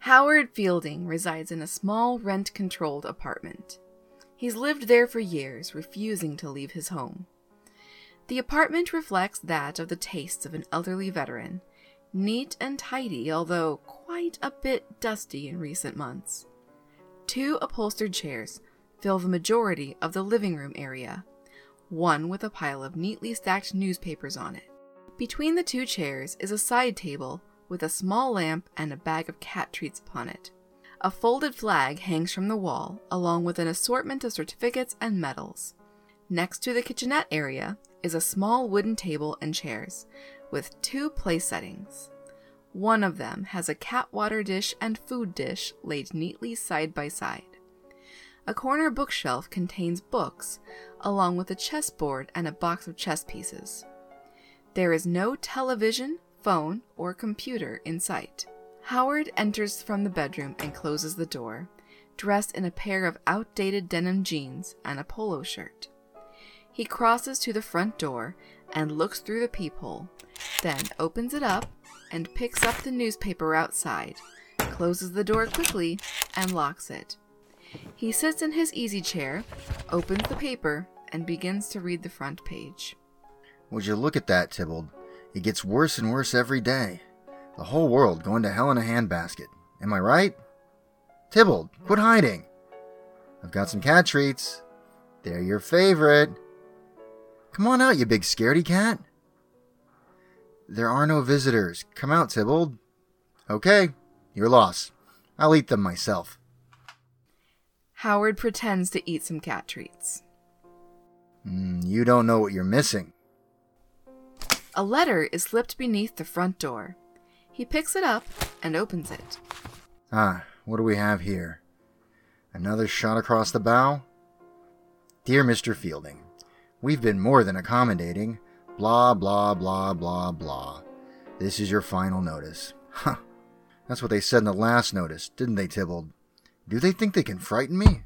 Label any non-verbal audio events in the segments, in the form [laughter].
Howard Fielding resides in a small rent controlled apartment. He's lived there for years, refusing to leave his home. The apartment reflects that of the tastes of an elderly veteran, neat and tidy, although quite a bit dusty in recent months. Two upholstered chairs fill the majority of the living room area, one with a pile of neatly stacked newspapers on it. Between the two chairs is a side table with a small lamp and a bag of cat treats upon it. A folded flag hangs from the wall, along with an assortment of certificates and medals. Next to the kitchenette area is a small wooden table and chairs, with two place settings. One of them has a cat water dish and food dish laid neatly side by side. A corner bookshelf contains books, along with a chessboard and a box of chess pieces. There is no television, phone, or computer in sight. Howard enters from the bedroom and closes the door, dressed in a pair of outdated denim jeans and a polo shirt. He crosses to the front door and looks through the peephole, then opens it up and picks up the newspaper outside, closes the door quickly, and locks it. He sits in his easy chair, opens the paper, and begins to read the front page. Would you look at that, Tybalt? It gets worse and worse every day. The whole world going to hell in a handbasket. Am I right? Tybalt, quit hiding. I've got some cat treats. They're your favorite. Come on out, you big scaredy cat. There are no visitors. Come out, Tybalt. Okay, your loss. I'll eat them myself. Howard pretends to eat some cat treats. Mm, you don't know what you're missing. A letter is slipped beneath the front door. He picks it up and opens it. Ah, what do we have here? Another shot across the bow? Dear Mr. Fielding, we've been more than accommodating. Blah, blah, blah, blah, blah. This is your final notice. Huh. That's what they said in the last notice, didn't they, Tybalt? Do they think they can frighten me?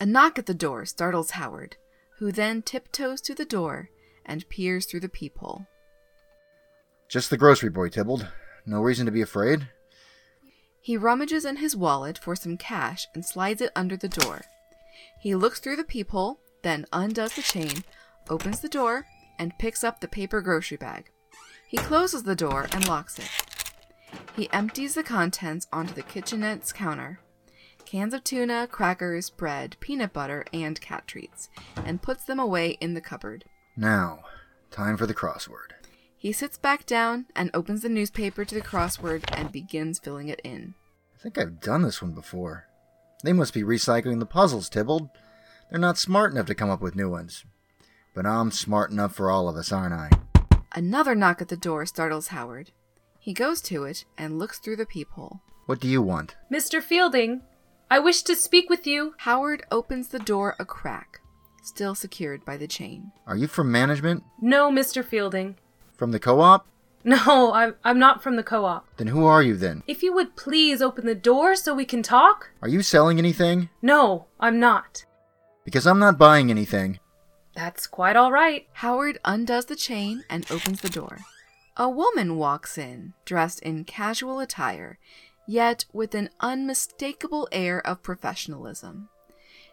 A knock at the door startles Howard, who then tiptoes to the door and peers through the peephole. Just the grocery boy, Tybalt. No reason to be afraid. He rummages in his wallet for some cash and slides it under the door. He looks through the peephole, then undoes the chain, opens the door, and picks up the paper grocery bag. He closes the door and locks it. He empties the contents onto the kitchenette's counter cans of tuna, crackers, bread, peanut butter, and cat treats, and puts them away in the cupboard. Now, time for the crossword. He sits back down and opens the newspaper to the crossword and begins filling it in. I think I've done this one before. They must be recycling the puzzles, Tybalt. They're not smart enough to come up with new ones. But I'm smart enough for all of us, aren't I? Another knock at the door startles Howard. He goes to it and looks through the peephole. What do you want? Mr. Fielding, I wish to speak with you. Howard opens the door a crack, still secured by the chain. Are you from management? No, Mr. Fielding. [laughs] From the co op? No, I'm, I'm not from the co op. Then who are you then? If you would please open the door so we can talk? Are you selling anything? No, I'm not. Because I'm not buying anything. That's quite all right. Howard undoes the chain and opens the door. A woman walks in, dressed in casual attire, yet with an unmistakable air of professionalism.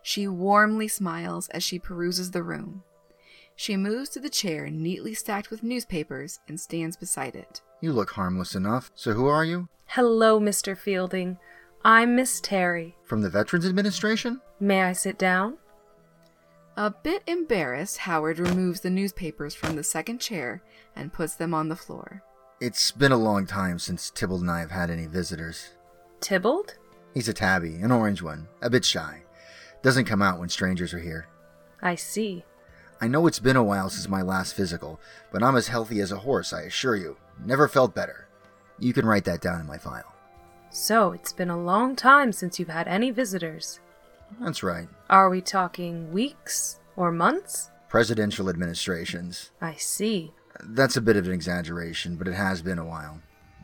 She warmly smiles as she peruses the room. She moves to the chair neatly stacked with newspapers and stands beside it. You look harmless enough. So who are you? Hello, Mr. Fielding. I'm Miss Terry. From the Veterans Administration? May I sit down? A bit embarrassed, Howard removes the newspapers from the second chair and puts them on the floor. It's been a long time since Tybalt and I have had any visitors. Tybalt? He's a tabby, an orange one, a bit shy. Doesn't come out when strangers are here. I see. I know it's been a while since my last physical, but I'm as healthy as a horse, I assure you. Never felt better. You can write that down in my file. So, it's been a long time since you've had any visitors. That's right. Are we talking weeks or months? Presidential administrations. I see. That's a bit of an exaggeration, but it has been a while.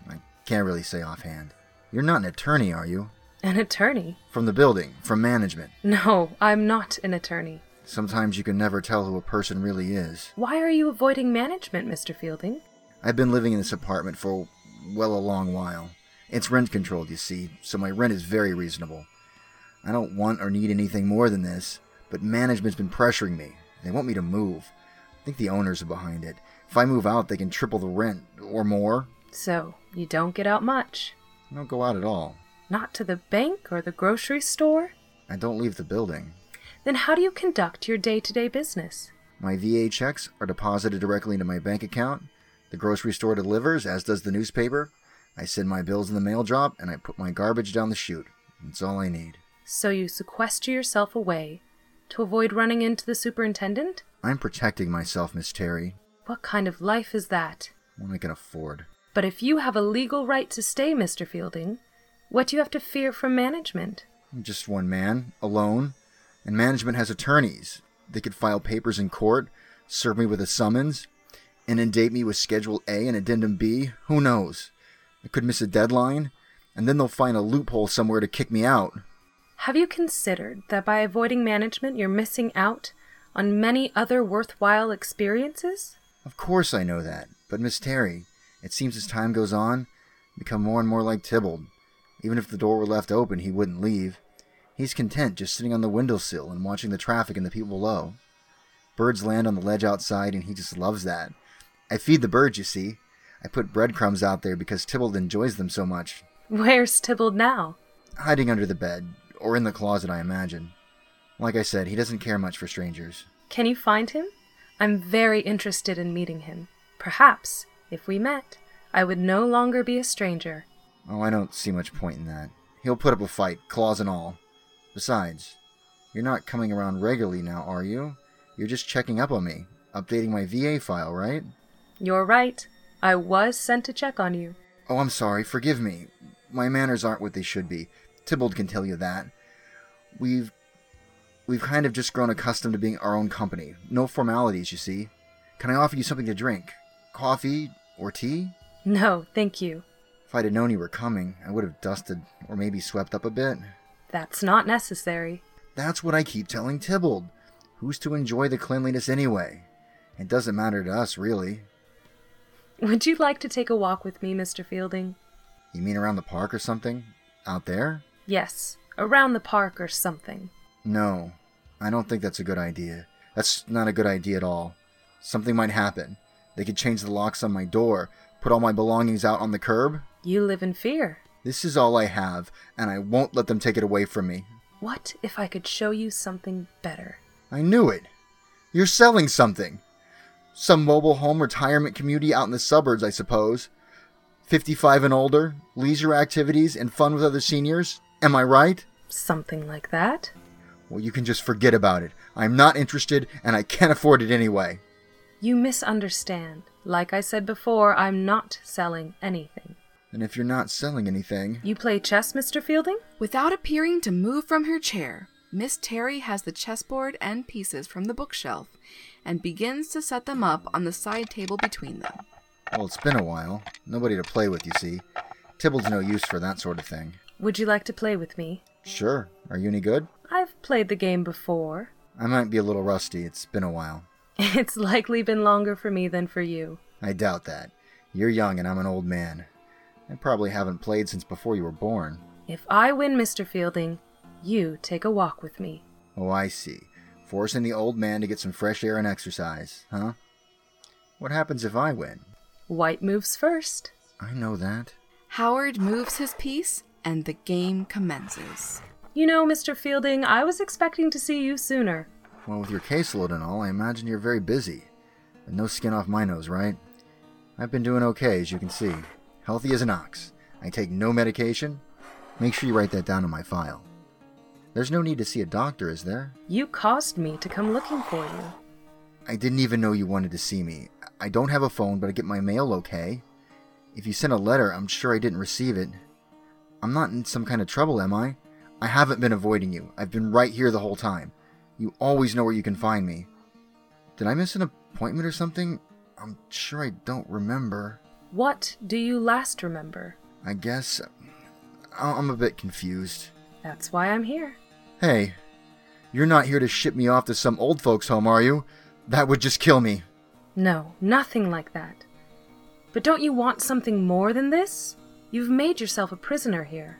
I can't really say offhand. You're not an attorney, are you? An attorney? From the building, from management. No, I'm not an attorney. Sometimes you can never tell who a person really is. Why are you avoiding management, Mr. Fielding? I've been living in this apartment for, well, a long while. It's rent controlled, you see, so my rent is very reasonable. I don't want or need anything more than this, but management's been pressuring me. They want me to move. I think the owners are behind it. If I move out, they can triple the rent or more. So, you don't get out much. I don't go out at all. Not to the bank or the grocery store? I don't leave the building. Then how do you conduct your day to day business? My VA checks are deposited directly into my bank account. The grocery store delivers, as does the newspaper. I send my bills in the mail drop, and I put my garbage down the chute. That's all I need. So, you sequester yourself away to avoid running into the superintendent? I'm protecting myself, Miss Terry, What kind of life is that? one I can afford. But if you have a legal right to stay, Mr. Fielding, what do you have to fear from management? I'm just one man, alone, and management has attorneys. They could file papers in court, serve me with a summons, inundate me with Schedule A and Addendum B. Who knows? I could miss a deadline, and then they'll find a loophole somewhere to kick me out. Have you considered that by avoiding management, you're missing out on many other worthwhile experiences? [laughs] Of course I know that, but Miss Terry, it seems as time goes on, I become more and more like Tybalt. Even if the door were left open, he wouldn't leave. He's content just sitting on the windowsill and watching the traffic and the people below. Birds land on the ledge outside, and he just loves that. I feed the birds, you see. I put breadcrumbs out there because Tybalt enjoys them so much. Where's Tybalt now? Hiding under the bed, or in the closet, I imagine. Like I said, he doesn't care much for strangers. Can you find him? I'm very interested in meeting him. Perhaps, if we met, I would no longer be a stranger. Oh, I don't see much point in that. He'll put up a fight, claws and all. Besides, you're not coming around regularly now, are you? You're just checking up on me, updating my VA file, right? You're right. I was sent to check on you. Oh, I'm sorry, forgive me. My manners aren't what they should be. Tybalt can tell you that. We've we've kind of just grown accustomed to being our own company. No formalities, you see. Can I offer you something to drink? Coffee or tea? No, thank you. If I'd have known you were coming, I would have dusted or maybe swept up a bit. That's not necessary. That's what I keep telling Tybalt. Who's to enjoy the cleanliness anyway? It doesn't matter to us, really. Would you like to take a walk with me, Mr. Fielding? You mean around the park or something? Out there? Yes, around the park or something. No, I don't think that's a good idea. That's not a good idea at all. Something might happen. They could change the locks on my door, put all my belongings out on the curb. You live in fear. This is all I have, and I won't let them take it away from me. What if I could show you something better? I knew it. You're selling something. Some mobile home retirement community out in the suburbs, I suppose. 55 and older, leisure activities, and fun with other seniors. Am I right? Something like that? Well, you can just forget about it. I'm not interested, and I can't afford it anyway. You misunderstand. Like I said before, I'm not selling anything. And if you're not selling anything, You play chess, Mr. Fielding? Without appearing to move from her chair, Miss Terry has the chessboard and pieces from the bookshelf and begins to set them up on the side table between them. well, it's been a while. Nobody to play with, you see. Tybalt's no use for that sort of thing. Would you like to play with me? Sure. Are you any good? I've played the game before. [laughs] I might be a little rusty. It's been a while. It's likely been longer for me than for you. I doubt that. You're young and I'm an old man. I probably haven't played since before you were born. If I win, Mr. Fielding, you take a walk with me. Oh, I see. Forcing the old man to get some fresh air and exercise, huh? What happens if I win? White moves first. I know that. Howard moves his piece and the game commences. You know, Mr. Fielding, I was expecting to see you sooner. Well, with your caseload and all, I imagine you're very busy. But no skin off my nose, right? I've been doing okay, as you can see. Healthy as an ox. I take no medication. Make sure you write that down in my file. There's no need to see a doctor, is there? You caused me to come looking for you. I didn't even know you wanted to see me. I don't have a phone, but I get my mail okay. If you sent a letter, I'm sure I didn't receive it. I'm not in some kind of trouble, am I? I haven't been avoiding you. I've been right here the whole time. You always know where you can find me. Did I miss an appointment or something? I'm sure I don't remember. What do you last remember? I guess I- I'm a bit confused. That's why I'm here. Hey, you're not here to ship me off to some old folks' home, are you? That would just kill me. No, nothing like that. But don't you want something more than this? You've made yourself a prisoner here.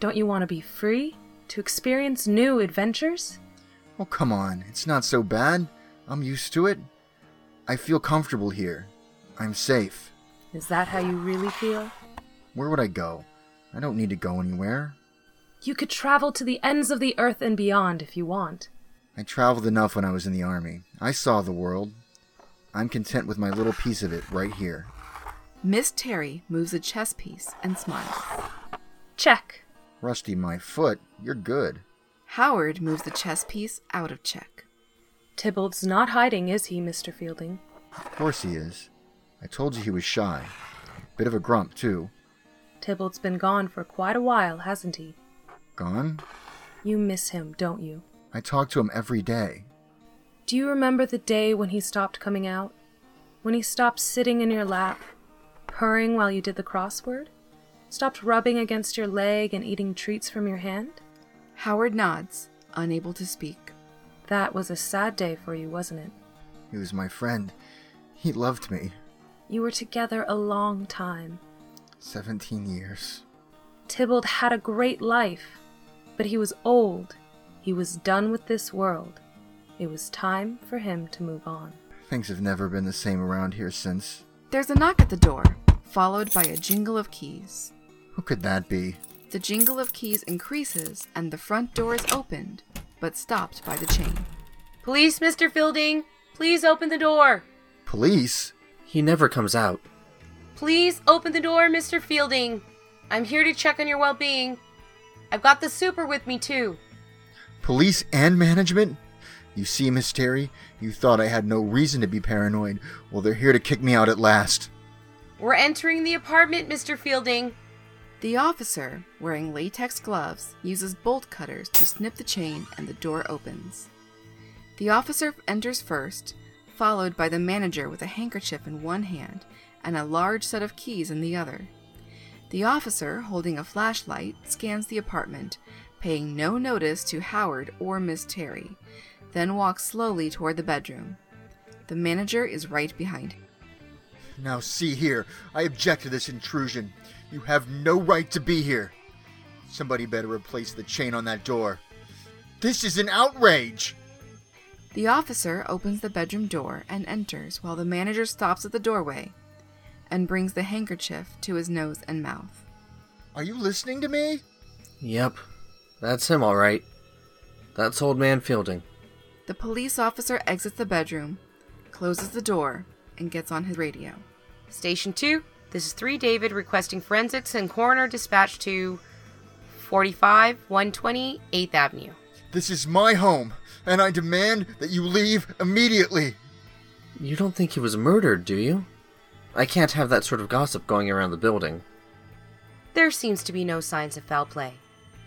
Don't you want to be free? To experience new adventures? Oh, come on. It's not so bad. I'm used to it. I feel comfortable here. I'm safe. Is that how you really feel? Where would I go? I don't need to go anywhere. You could travel to the ends of the earth and beyond if you want. I traveled enough when I was in the army. I saw the world. I'm content with my little piece of it right here. Miss Terry moves a chess piece and smiles. Check. Rusty, my foot, you're good. Howard moves the chess piece out of check. Tybalt's not hiding, is he, Mr. Fielding? Of course he is. I told you he was shy. Bit of a grump, too. Tybalt's been gone for quite a while, hasn't he? Gone? You miss him, don't you? I talk to him every day. Do you remember the day when he stopped coming out? When he stopped sitting in your lap, purring while you did the crossword? Stopped rubbing against your leg and eating treats from your hand? Howard nods, unable to speak. That was a sad day for you, wasn't it? He was my friend. He loved me. You were together a long time. Seventeen years. Tybalt had a great life, but he was old. He was done with this world. It was time for him to move on. Things have never been the same around here since. There's a knock at the door, followed by a jingle of keys. Who could that be? The jingle of keys increases, and the front door is opened, but stopped by the chain. Police, Mr. Fielding! Please open the door! Police? He never comes out. Please open the door, Mr. Fielding! I'm here to check on your well being. I've got the super with me, too. Police and management? You see, Miss Terry, you thought I had no reason to be paranoid. Well, they're here to kick me out at last. We're entering the apartment, Mr. Fielding. The officer, wearing latex gloves, uses bolt cutters to snip the chain and the door opens. The officer enters first, followed by the manager with a handkerchief in one hand and a large set of keys in the other. The officer, holding a flashlight, scans the apartment, paying no notice to Howard or Miss Terry, then walks slowly toward the bedroom. The manager is right behind him. Now, see here, I object to this intrusion. You have no right to be here. Somebody better replace the chain on that door. This is an outrage! The officer opens the bedroom door and enters while the manager stops at the doorway and brings the handkerchief to his nose and mouth. Are you listening to me? Yep. That's him, all right. That's old man Fielding. The police officer exits the bedroom, closes the door, and gets on his radio. Station 2, this is 3 David requesting forensics and coroner dispatch to 45 120 8th Avenue. This is my home, and I demand that you leave immediately. You don't think he was murdered, do you? I can't have that sort of gossip going around the building. There seems to be no signs of foul play.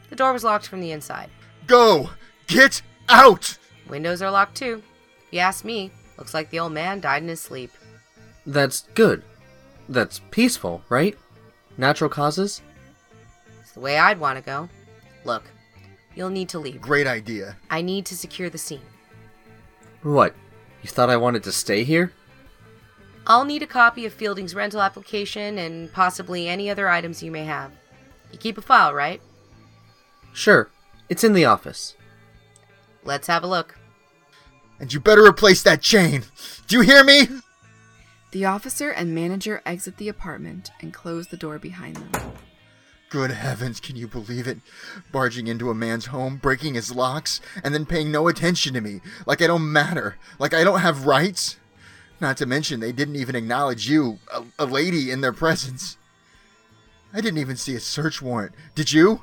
The door was locked from the inside. Go! Get out! Windows are locked too. If you ask me, looks like the old man died in his sleep. That's good. That's peaceful, right? Natural causes? It's the way I'd want to go. Look, you'll need to leave. Great idea. I need to secure the scene. What? You thought I wanted to stay here? I'll need a copy of Fielding's rental application and possibly any other items you may have. You keep a file, right? Sure. It's in the office. Let's have a look. And you better replace that chain. Do you hear me? The officer and manager exit the apartment and close the door behind them. Good heavens, can you believe it? Barging into a man's home, breaking his locks, and then paying no attention to me. Like I don't matter. Like I don't have rights. Not to mention, they didn't even acknowledge you, a, a lady, in their presence. I didn't even see a search warrant. Did you?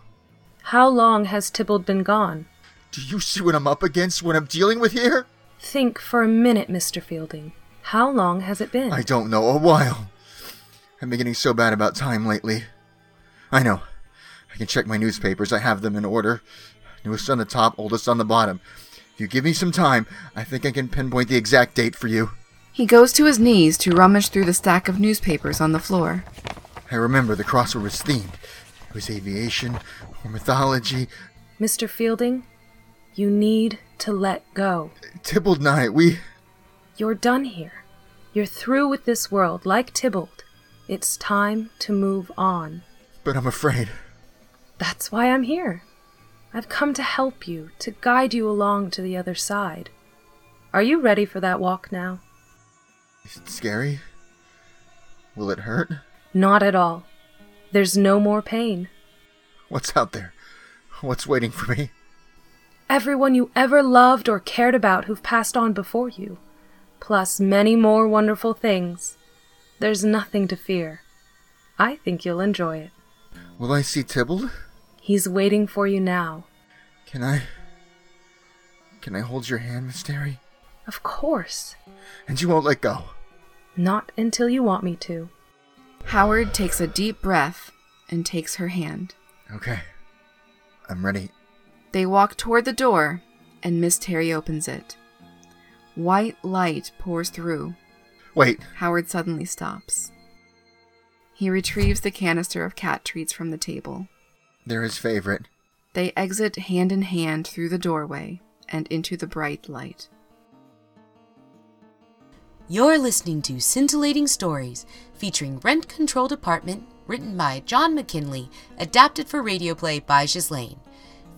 How long has Tybalt been gone? Do you see what I'm up against when I'm dealing with here? Think for a minute, Mr. Fielding. How long has it been? I don't know, a while. I've been getting so bad about time lately. I know. I can check my newspapers, I have them in order. Newest on the top, oldest on the bottom. If you give me some time, I think I can pinpoint the exact date for you. He goes to his knees to rummage through the stack of newspapers on the floor. I remember the crossword was themed. It was aviation, or mythology. Mr. Fielding, you need to let go. Tybalt and I, we. You're done here. You're through with this world, like Tybalt. It's time to move on. But I'm afraid. That's why I'm here. I've come to help you, to guide you along to the other side. Are you ready for that walk now? Is it scary? Will it hurt? Not at all. There's no more pain. What's out there? What's waiting for me? Everyone you ever loved or cared about who've passed on before you, plus many more wonderful things. There's nothing to fear. I think you'll enjoy it. Will I see Tybalt? He's waiting for you now. Can I. Can I hold your hand, Miss Terry? Of course. And you won't let go. Not until you want me to. Howard takes a deep breath and takes her hand. Okay. I'm ready. They walk toward the door, and Miss Terry opens it. White light pours through. Wait. Howard suddenly stops. He retrieves the canister of cat treats from the table. They're his favorite. They exit hand in hand through the doorway and into the bright light. You're listening to Scintillating Stories, featuring Rent Control Department, written by John McKinley, adapted for radio play by Ghislaine.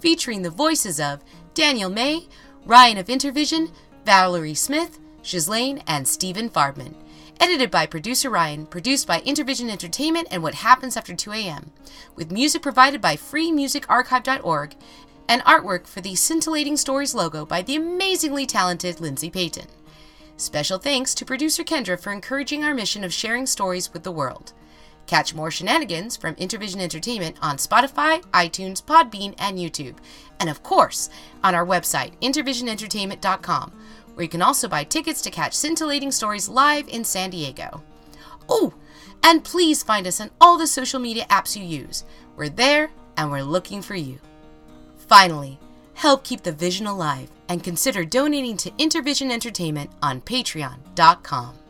Featuring the voices of Daniel May, Ryan of Intervision, Valerie Smith, Ghislaine, and Stephen Farbman. Edited by producer Ryan, produced by Intervision Entertainment and What Happens After 2 AM, with music provided by freemusicarchive.org and artwork for the Scintillating Stories logo by the amazingly talented Lindsay Payton. Special thanks to producer Kendra for encouraging our mission of sharing stories with the world. Catch more shenanigans from Intervision Entertainment on Spotify, iTunes, Podbean, and YouTube. And of course, on our website, intervisionentertainment.com, where you can also buy tickets to catch scintillating stories live in San Diego. Oh, and please find us on all the social media apps you use. We're there and we're looking for you. Finally, help keep the vision alive and consider donating to Intervision Entertainment on patreon.com.